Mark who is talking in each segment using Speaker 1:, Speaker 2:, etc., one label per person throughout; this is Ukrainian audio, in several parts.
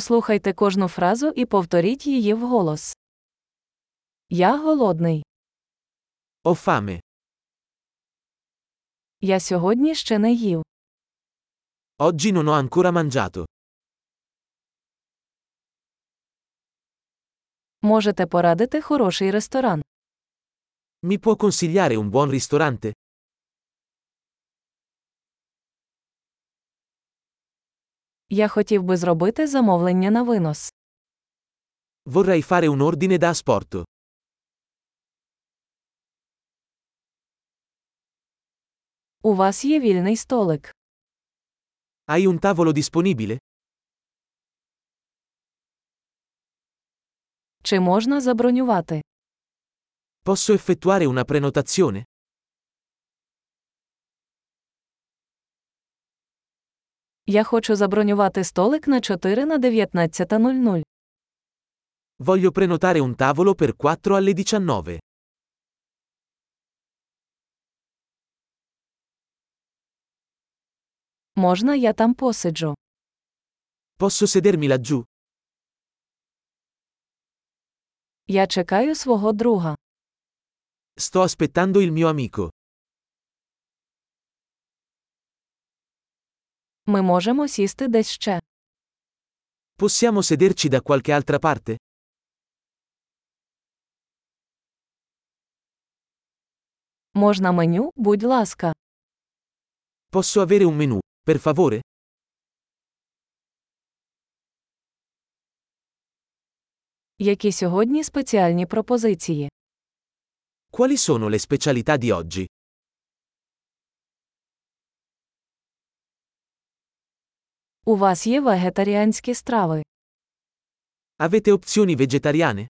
Speaker 1: Послухайте кожну фразу і повторіть її вголос. Я голодний.
Speaker 2: Ho fame.
Speaker 1: Я сьогодні ще не їв.
Speaker 2: Oggi non ho ancora mangiato.
Speaker 1: Можете порадити хороший ресторан.
Speaker 2: Mi può consigliare un buon ristorante?
Speaker 1: Я хотів би зробити замовлення на винос.
Speaker 2: Vorrei fare un ordine da asporto.
Speaker 1: У вас є вільний столик.
Speaker 2: Hai un tavolo disponibile?
Speaker 1: Чи можна забронювати?
Speaker 2: Posso effettuare una prenotazione?
Speaker 1: Я хочу забронювати столик на 4 на 19.00.
Speaker 2: Voglio prenotare un tavolo per 4 alle 19.
Speaker 1: Можна я там посиджу?
Speaker 2: Posso sedermi laggiù?
Speaker 1: Я чекаю свого друга.
Speaker 2: Sto aspettando il mio amico.
Speaker 1: Ми можемо сісти десь ще.
Speaker 2: Possiamo sederci da qualche altra parte?
Speaker 1: Можна меню, будь ласка.
Speaker 2: Posso avere un menù, per favore?
Speaker 1: Які сьогодні спеціальні пропозиції?
Speaker 2: Quali sono le specialità di oggi?
Speaker 1: У вас є вегетаріанські страви.
Speaker 2: Avete opzioni vegetariane?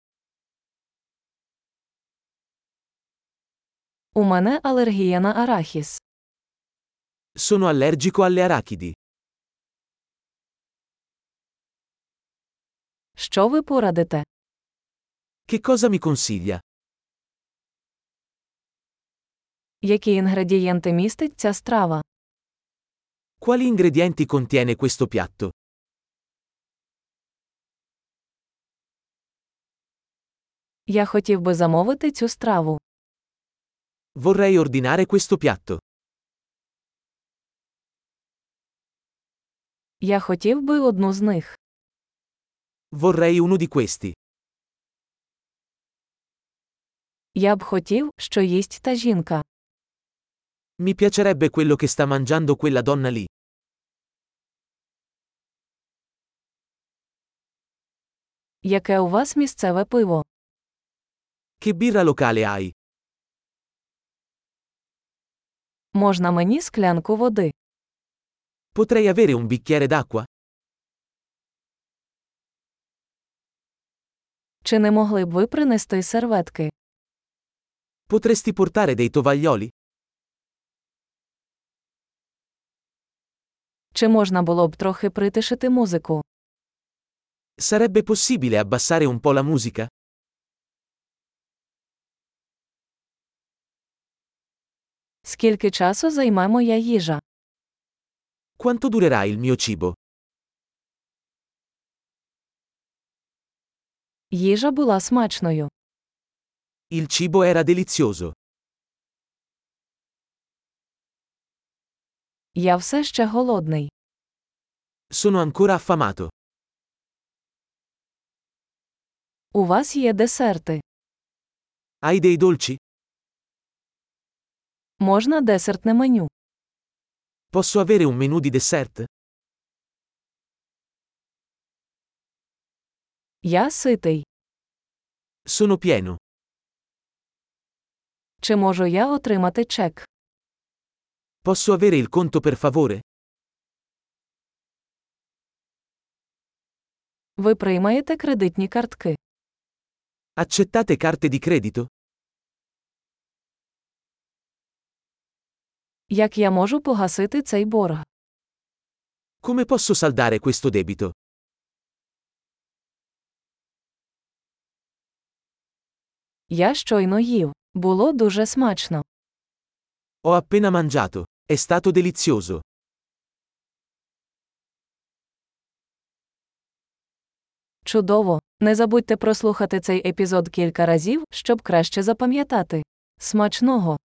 Speaker 1: У мене алергія на арахіс.
Speaker 2: Sono allergico alle arachidi.
Speaker 1: Що ви порадите?
Speaker 2: Che cosa mi consiglia?
Speaker 1: Які інгредієнти містить ця страва?
Speaker 2: Quali ingredienti contiene questo piatto?
Speaker 1: Я хотів би замовити цю страву.
Speaker 2: Vorrei ordinare questo piatto.
Speaker 1: Я хотів би одну з них.
Speaker 2: Vorrei uno di questi.
Speaker 1: Я б хотів, що їсть та жінка.
Speaker 2: Mi piacerebbe quello che sta mangiando quella donna lì.
Speaker 1: Яке у вас місцеве пиво?
Speaker 2: Che birra locale hai?
Speaker 1: Можна мені склянку води?
Speaker 2: Potrei avere un bicchiere d'acqua?
Speaker 1: Чи не могли б ви принести серветки?
Speaker 2: Potresti portare dei tovaglioli?
Speaker 1: Чи можна було б трохи притишити музику?
Speaker 2: Sarebbe possibile abbassare un po' la musica?
Speaker 1: Скільки часу займе моя їжа?
Speaker 2: Quanto durerà il mio cibo?
Speaker 1: Їжа була смачною.
Speaker 2: Il cibo era delizioso.
Speaker 1: Я все ще голодний.
Speaker 2: Sono ancora affamato.
Speaker 1: У вас є десерти.
Speaker 2: Hai dei dolci?
Speaker 1: Можна десертне меню.
Speaker 2: Posso avere un menù di dessert?
Speaker 1: Я ситий.
Speaker 2: Sono pieno.
Speaker 1: Чи можу я отримати чек?
Speaker 2: Posso avere il conto per favore?
Speaker 1: Ви приймаєте кредитні картки.
Speaker 2: Accettate carte di credito?
Speaker 1: Як я можу погасити цей борг?
Speaker 2: Come posso saldare questo debito?
Speaker 1: Я щойно їв. Було дуже смачно.
Speaker 2: Ho appena mangiato. È stato delizioso.
Speaker 1: Чудово! Не забудьте прослухати цей епізод кілька разів, щоб краще запам'ятати. Смачного!